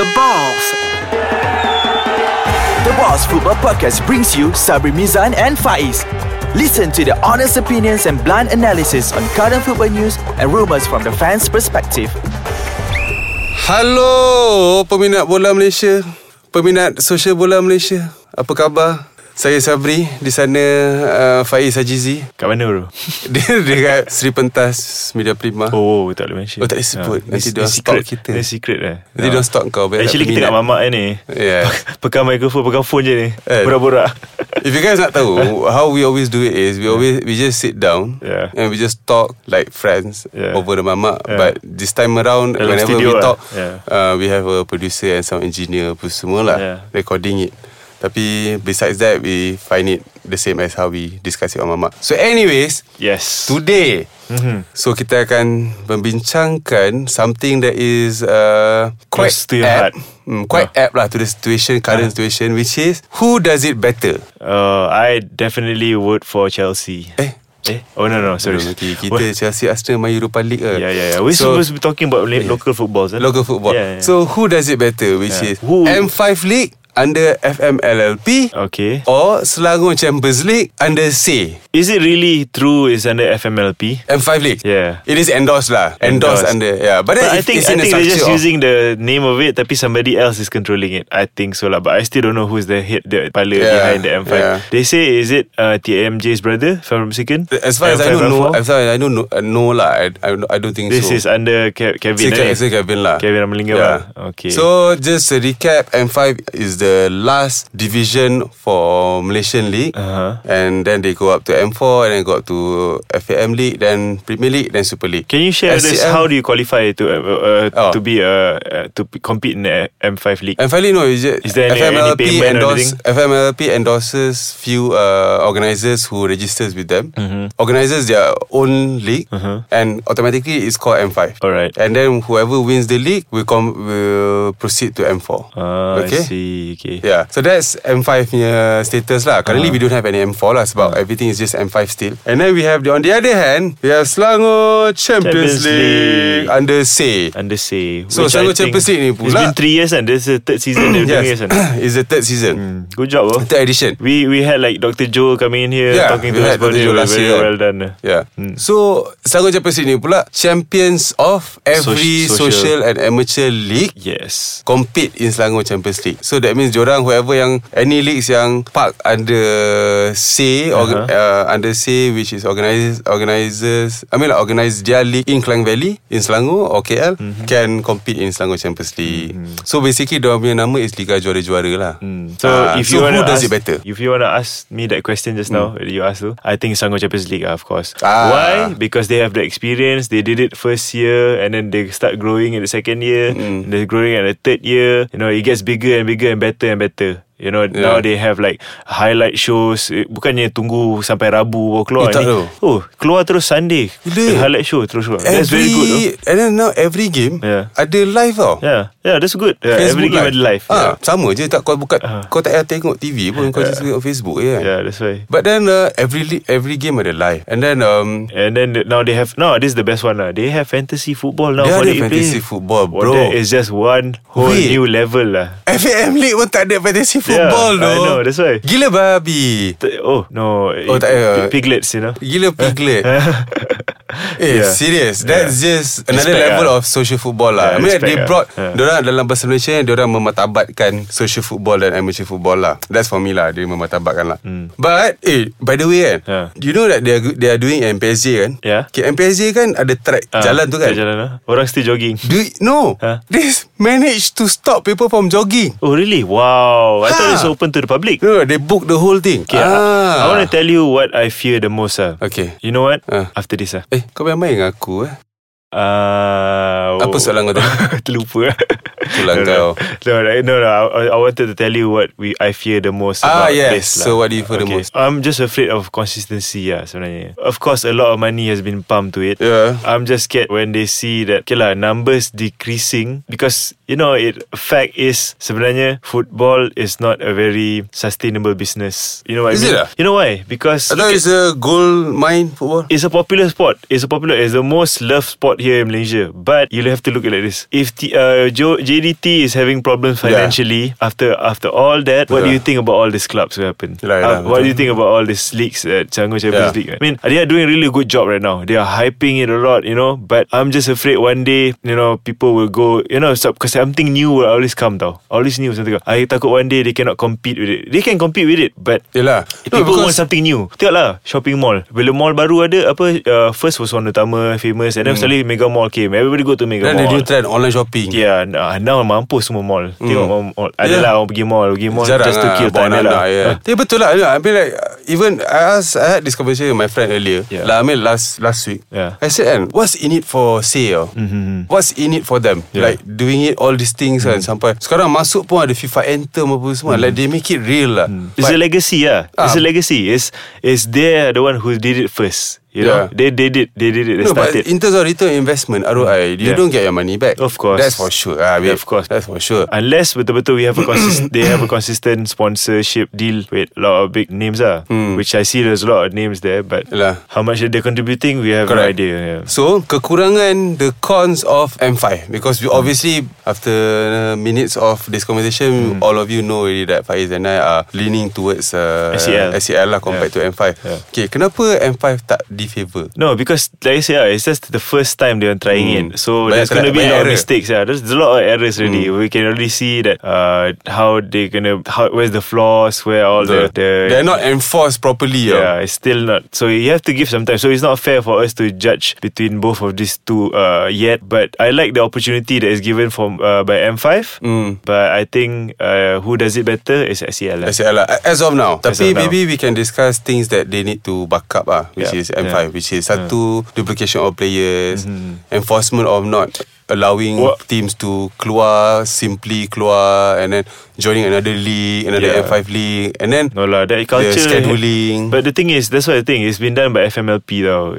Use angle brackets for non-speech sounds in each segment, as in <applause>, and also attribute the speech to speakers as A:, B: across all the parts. A: The Balls.
B: The Boss Football Podcast brings you Sabri Mizan and Faiz. Listen to their honest opinions and blunt analysis on current football news and rumors from the fans' perspective.
C: Halo peminat bola Malaysia, peminat sosial bola Malaysia. Apa khabar? Saya Sabri, di sana uh, Faiz Hajizi.
D: Kat mana bro?
C: <laughs> Dia dekat Sri Pentas Media Prima. Oh.
D: Oh tak boleh mention
C: Oh, tak boleh sebut.
D: Ah,
C: Nanti
D: ni-
C: dia
D: ni
C: stalk
D: secret.
C: kita.
D: Ni secret eh
C: Nanti
D: Ah.
C: dia lah stalk kau, biar
D: Actually
C: tak
D: kita kat
C: peminat.
D: mamak eh ni
C: Yeah.
D: <laughs> Pegang mikrofon Pegang phone je ni
C: Eh. <laughs>
D: Borak-borak
C: If you guys not
D: <laughs>
C: tahu How we always do it is We always We just sit down
D: Yeah.
C: And we just talk Like friends
D: Yeah.
C: Over the mamak
D: Yeah.
C: But this time around
D: Dalam
C: Whenever we
D: studio lah.
C: talk
D: Yeah.
C: uh, We have a producer And some engineer Apa semua lah
D: Yeah.
C: Recording it Tapi besides that We find it The same as how we Discuss it on mamak So anyways
D: Yes
C: Today
D: Mhm.
C: So kita akan Membincangkan Something that is uh, Quite
D: Close to your
C: apt
D: heart.
C: mm, Quite apt lah To the situation Current situation Which is Who does it better
D: uh, I definitely vote for Chelsea
C: Eh
D: Eh Oh no no sorry
C: Sorry. Okay, kita
D: What- Ya,
C: Chelsea Arsenal main Europa League ke?
D: Yeah yeah yeah We're
C: so,
D: supposed to be talking about li- local footballs eh?
C: local football.
D: Yeah, yeah.
C: So who does it better which
D: Yeah.
C: is
D: Who-
C: M5 League under FMLLP
D: Okay
C: or Selangor Champions League under C
D: Is it really true It's under FMLP
C: M5 League.
D: Yeah
C: It is endorsed lah. Endorsed,
D: Endorsed.
C: under yeah. But, then
D: But I
C: if
D: think
C: it's
D: I
C: in
D: think
C: the
D: they're just
C: structure of-
D: using the name of it Tapi somebody else is controlling it I think so lah But I still don't know who's the head The kepala
C: Yeah,
D: behind the M5
C: yeah.
D: They say is it uh, TMJ's brother If I'm not mistaken
C: as far as I
D: M5,
C: don't know,
D: M4?
C: as far as I don't know, uh, no lah. I, I, don't- I don't think
D: This
C: so.
D: is under Ke- Kevin
C: Still
D: eh?
C: Kevin, Kevin lah
D: Kevin Ramalingam lah. Okay.
C: So just a recap M5 is the last division for Malaysian League
D: Uh-huh.
C: And then they go up to M4 And then go up to FAM League Then Premier League Then Super League
D: Can you share this
C: SCM
D: How do you qualify To uh, uh,
C: Oh.
D: to be uh, uh, To p- compete in the M5 league
C: And finally, no, it's just
D: Is there any-
C: FMLP
D: any payment or
C: endorse,
D: anything?
C: FMLP endorses few uh, organizers who registers with them.
D: Mm-hmm.
C: Organizes their own league, and automatically it's called M5.
D: Alright.
C: And then whoever wins the league will com- will proceed to M4.
D: Ah, I see Okay
C: Yeah, so that's M5 punya status lah.
D: Ah.
C: Currently we don't have any M4 lah sebab everything is just M5 still. And then we have the, on the other hand, we have Selangor Champions,
D: Champions
C: League,
D: League.
C: under say.
D: Under say
C: So,
D: which
C: Selangor
D: I think
C: Champions League ni
D: It's
C: pula.
D: been 3 years and This is the third
C: <clears throat>
D: season They're doing it
C: yes,
D: kan?
C: <coughs> it's the third season,
D: Good job
C: <laughs>
D: oh. bro
C: third edition.
D: We we had like Dr. Joe coming in here
C: Yeah,
D: talking
C: we
D: to
C: had
D: us
C: Dr.
D: about it.
C: Joe
D: Very,
C: last year.
D: very well done. Hmm.
C: Yeah. So Selangor Champions League ni pula champions of every
D: Soc-
C: social.
D: social.
C: and amateur league
D: Yes.
C: compete in Selangor Champions League. So that means diorang whoever yang any leagues yang park under C or
D: Uh-huh.
C: uh, under C which is organizes organizers I mean like organize their league in Klang Valley in Selangor or KL
D: Mhm.
C: can compete in Selangor Champions League. So basically diorang punya nama is Liga Juara-Juara lah.
D: Hmm. So
C: Ah,
D: if you
C: who
D: wanna
C: does
D: ask,
C: it better? Hmm.
D: If you want to ask me that question just now, that you asked, tu, I think Sango Champions League, ah, of course.
C: Ah.
D: Why? Because they have the experience. They did it first year, and then they start growing in the second year.
C: Hmm.
D: And they're growing at the third year. You know, it gets bigger and bigger and better and better. You know, now they have like highlight shows. Eh, Bukannya tunggu sampai Rabu baru
C: Eh,
D: keluar
C: tak
D: ni.
C: tahu.
D: Oh, keluar terus Sunday.
C: Gila.
D: Highlight show terus keluar.
C: Every,
D: That's very good. though.
C: And then now every game
D: Yeah.
C: ada live tau.
D: Yeah, yeah, that's good. Yeah, every game ada live.
C: Ah,
D: Yeah.
C: Sama je tak kau buka
D: Ah.
C: kau tak payah tengok TV pun kau just tengok Facebook je kan.
D: yeah, that's why.
C: But then uh, every li- every game ada live. And then um
D: And then the- now they have no. This is the best one lah. They have fantasy football now.
C: They
D: for
C: ada
D: the
C: fantasy football, bro.
D: That is just one whole
C: Wait.
D: new level lah.
C: FAM League pun tak ada fantasy football
D: I
C: though.
D: know, that's why.
C: Gila babi.
D: T- Oh no.
C: Oh, tak payah.
D: Piglets, you know.
C: Gila
D: <laughs>
C: piglet. Eh yeah. serious That's just Another
D: Respect
C: level
D: lah.
C: of Social football lah I
D: Yeah,
C: mean
D: respect
C: they
D: lah.
C: brought
D: Yeah.
C: Diorang dalam bahasa Malaysia Diorang mematabatkan Social football dan amateur football lah That's for me lah Dia mematabatkan lah But Eh by the way kan
D: Hmm. Yeah.
C: You know that they are, they are doing MPSJ kan
D: Yeah.
C: okay, MPSJ kan ada track
D: Ah,
C: Jalan tu kan
D: tak Jalan lah. Orang still jogging.
C: Do you, no
D: Huh?
C: They managed to stop people from jogging
D: Oh really? Wow. I thought
C: Ha.
D: it's open to the public.
C: No, they booked the whole thing
D: Okay, I, I want to tell you what I fear the most. Ah.
C: Ah. Okay.
D: You know what?
C: Ah.
D: After this. Ah.
C: Eh kau main-main dengan aku eh
D: Uh,
C: Apa soalan kau tadi?
D: <laughs> Terlupa
C: Itulah
D: no,
C: kau.
D: No, no, no, no I, I wanted to tell you What we I fear the most
C: Ah,
D: about
C: yes.
D: this lah.
C: So what do you fear the most?
D: I'm just afraid of consistency lah sebenarnya Of course a lot of money has been pumped to it
C: Yeah.
D: I'm just scared when they see that Okay lah numbers decreasing Because you know it Fact is Sebenarnya football is not a very Sustainable business You know what
C: Is
D: I mean?
C: it lah?
D: You know why? Because
C: I thought it's a goal mine football
D: it's a popular sport. It's a popular. It's the most loved sport here in Malaysia. But you have to look at it like this. If the, uh, Joe, J Fidelity is having problems financially after after all that. What do you
C: Betul.
D: think about all these clubs who happen?
C: Yelah, yelah,
D: Uh, what
C: betul.
D: do you think about all these leagues at Changu Champions
C: Yeah.
D: League? I mean, they are doing really good job right now. They are hyping it a lot, you know. But I'm just afraid one day, you know, people will go, you know, because something new will always come down. Always new something. I takut one day they cannot compete with it. They can compete with it, but
C: Yelah
D: People want something new Tengok lah Shopping mall Bila mall baru ada Apa uh, First was one utama Famous And
C: Hmm.
D: then suddenly Mega Mall came Everybody go to Mega
C: Dan ada
D: Mall
C: new trend Online shopping
D: Yeah, nah, now mampus semua mall. Tengok mm. mall. Adalah
C: Hmm. Yeah.
D: orang pergi mall, pergi mall
C: Jarang
D: just to
C: lah,
D: kill
C: bawa
D: time dia lah.
C: anak-anak, yeah. Tapi betul lah I mean like uh, Even I asked I had this conversation With my friend earlier
D: Yeah.
C: Like I mean last Last week
D: Yeah.
C: I said kan What's in it for sale mm-hmm. What's in it for them
D: Yeah.
C: yeah. Like doing it All these things mm. kan Sampai Sekarang masuk pun Ada FIFA anthem Apa semua mm. Like they make it real lah mm.
D: It's a legacy lah. It's
C: Ah.
D: a legacy. It's it's they are the one who did it first. You know,
C: Yeah.
D: they they did they did it. They
C: No, but
D: started.
C: in terms of return investment ROI You
D: Yeah.
C: don't get your money back
D: Of course.
C: That's for sure ah, babe.
D: Of course.
C: That's for sure
D: Unless betul-betul we have a
C: <coughs>
D: consist- they have a consistent sponsorship deal with a lot of big names ah, which I see there's a lot of names there, but
C: Hmm. Lah.
D: how much they're contributing, we have no
C: Correct.
D: idea. Yeah.
C: So kekurangan the cons of M5 because you obviously after uh, minutes of this
D: Hmm.
C: conversation, all of you know already that Faiz and I are leaning towards uh,
D: SEL.
C: SEL lah compared
D: E
C: to
D: Yeah.
C: M5.
D: Yeah.
C: Okay, kenapa M5 tak di favour?
D: No, because like I say, ah, it's just the first time they're trying
C: Hmm.
D: it. So
C: Banyak
D: there's going to
C: tra-
D: be a
C: banyak
D: lot of
C: error. Hmm.
D: mistakes. Yeah. There's a lot of errors already. We can already see that uh, how they're going to, how where's the flaws, where all the, the
C: They're not enforced properly.
D: Yeah,
C: Yeah.
D: it's still not. So you have to give some time. So it's not fair for us to judge between both of these two uh, yet. But I like the opportunity that is given from uh, by M5.
C: Mm.
D: But I think uh, who does it better is E SEL. lah.
C: SEL lah. As of now.
D: As
C: Tapi
D: of now.
C: maybe we can discuss things that they need to back up ah, which
D: Yeah.
C: is M5,
D: Yeah. Mm-hmm.
C: which is satu duplication of players, enforcement of not allowing
D: Wha-
C: teams to keluar simply keluar and then joining another league, another
D: Yeah.
C: M5 league, and then
D: No lah, that culture eh.
C: scheduling.
D: But the thing is, that's what I think. It's been done by FMLP though.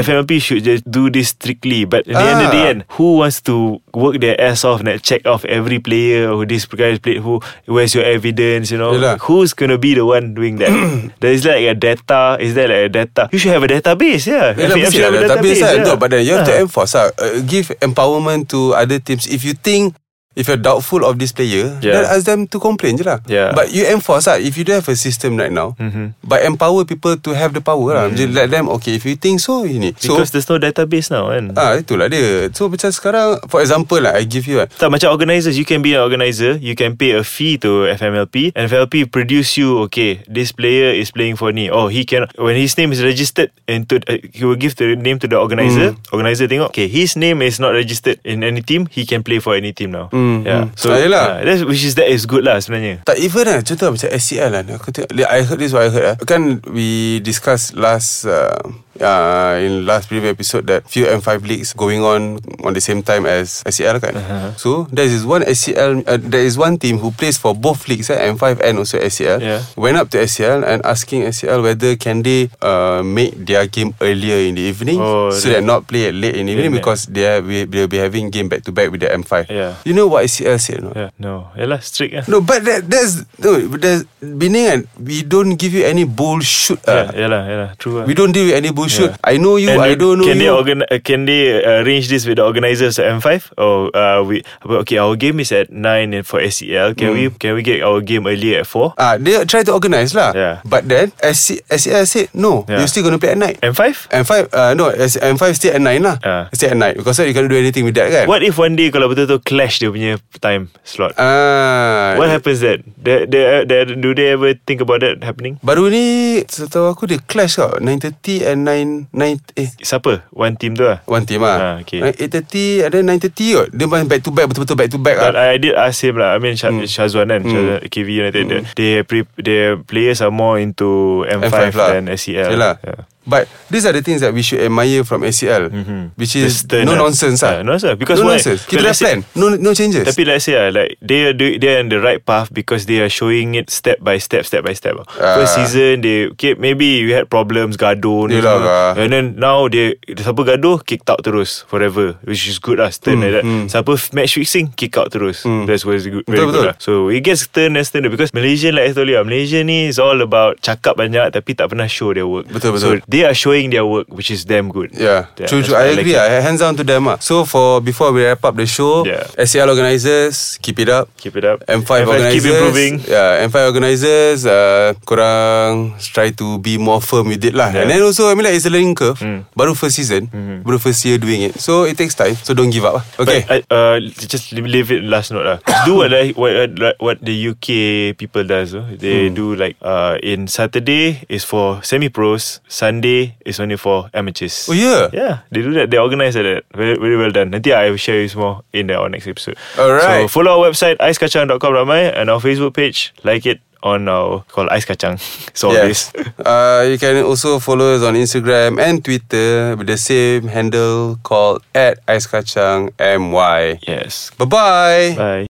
D: FMLP should just do this strictly. But at the end of the
C: Mm. Ah.
D: end, who wants to work their ass off and check off every player who this guy played? Who where's your evidence? You know,
C: Yelah.
D: who's gonna be the one doing
C: <coughs>
D: that? there is like a data. Is there like a data? You should have a database. Yeah,
C: Yeah,
D: FMLP
C: mesti
D: should have
C: ada
D: a
C: database lah.
D: yeah.
C: No, but then you have to
D: Yeah.
C: enforce lah. Uh, give empowerment to other teams. If you think If you're doubtful of this player
D: Yeah.
C: Then ask them to complain je lah
D: Yeah.
C: But you enforce lah If you don't have a system right now mm-hmm. But empower people to have the power lah Just let them Okay if you think so ini. So
D: Mm-hmm. because there's no database now, and
C: ah Itulah dia So macam sekarang For example lah I give you lah
D: Tak macam organisers You can be an organizer You can pay a fee to FMLP And FMLP produce you Okay This player is playing for ni Oh he can When his name is registered into, uh, He will give the name to the organizer Organizer tengok Okay his name is not registered In any team He can play for any team now Yeah
C: mm. Ah, yelah.
D: ah, that's, Which is that is good lah sebenarnya
C: Tak even lah Contoh macam SCL lah eh, Aku tengok I heard this what I heard lah Kan we discussed last uh, uh, In last previous episode That few M5 leagues Going on On the same time as SCL kan uh-huh. So there is one SCL uh, There is one team Who plays for both leagues eh, M5 and also SCL
D: Yeah.
C: Went up to SCL And asking SCL Whether can they uh, Make their game earlier in the evening
D: Oh,
C: So that not play at late in the evening
D: Yeah.
C: Because they are, we, they'll be having game back to back With the M5
D: Yeah.
C: You know what SCL said or not?
D: yeah, No Yalah strict lah
C: No, but that that's no, but that's meaning kan, we don't give you any bullshit. Uh.
D: yeah, Yalah yalah True lah
C: We don't deal with any bullshit.
D: Yeah.
C: I know you,
D: And
C: I don't know
D: can They
C: you.
D: organ- uh, can they uh, arrange this with the organizers at M5? Or uh, we but okay, our game is at nine and for SEL. Can
C: Hmm.
D: we can we get our game earlier at four?
C: Ah, they try to organize lah.
D: Yeah.
C: But then SC, SCL said no,
D: Yeah.
C: you're still gonna play at night.
D: M5?
C: M5 uh, no, S- M5 still at 9 lah.
D: Ah.
C: Still at night because you can't do anything with that kan.
D: What if one day kalau betul-betul clash dia punya time slot?
C: Ah.
D: What happens then? They, they, they, do they ever think about that happening?
C: Baru ni setahu aku dia clash tau 9.30 and 9 9 eh
D: Siapa? One team tu lah.
C: one team ah.
D: Ah, okay.
C: 8.30 ada 9.30 kot. Dia main back to back betul-betul back to back ah.
D: But I did ask him lah. I mean Shaz-
C: Hmm.
D: Shazwan kan Shazwan, KV United They, pre- their players are more into M5,
C: M5 lah.
D: than SEL
C: Yelah.
D: Yeah.
C: But these are the things that we should admire from ACL which
D: Mm-hmm. The
C: is
D: sternness.
C: no nonsense ah.
D: Ah, no nonsense. Because
C: no
D: why?
C: nonsense.
D: Because
C: Kita dah
D: let's say-
C: plan. No no changes.
D: Tapi let's say ah, like they are do, they are on the right path because they are showing it step by step, step by step.
C: Ah.
D: First season they okay maybe we had problems gaduh ni
C: Yelah
D: semua.
C: lah.
D: and then now they siapa gaduh kicked out terus forever which is good lah
C: Hmm,
D: turn like that. Siapa f- match fixing kick out terus. That's was good, very
C: Betul, betul.
D: good lah. So it gets turn and turn because Malaysian like I told you ah, Malaysia ni is all about cakap banyak tapi tak pernah show their work.
C: Betul,
D: So
C: betul.
D: they are showing their work, which is damn good.
C: Yeah, true,
D: that's
C: true. I
D: why like
C: agree.
D: it.
C: I hands down to them. ah. So for before we wrap up the show,
D: Yeah.
C: SCL organisers, keep it up.
D: Keep it up.
C: M5, organisers,
D: keep improving.
C: Yeah, M5 organisers, uh, korang try to be more firm with it lah.
D: Yeah.
C: And
D: Mm. Mm-hmm.
C: then also, I mean like it's a learning curve. Baru first season, baru first year doing it. So it takes time. So don't give up. lah. Okay.
D: But, I, uh, just leave- leave it last note lah. do what like what uh, what the UK people does. Uh. They
C: Hmm.
D: do like uh in Saturday is for semi pros, Sunday is only for amateurs.
C: oh yeah.
D: Yeah, they do that. They organise like that. Very, very well done. Nanti I will share you more in the our next episode.
C: Alright.
D: So follow our website aiskacang.com.my and our Facebook page. Like it on our called Ice <laughs> Kacang. So always.
C: <laughs> Uh, you can also follow us on Instagram and Twitter with the same handle called at Ice Kacang MY.
D: Yes.
C: Bye-bye.
D: Bye.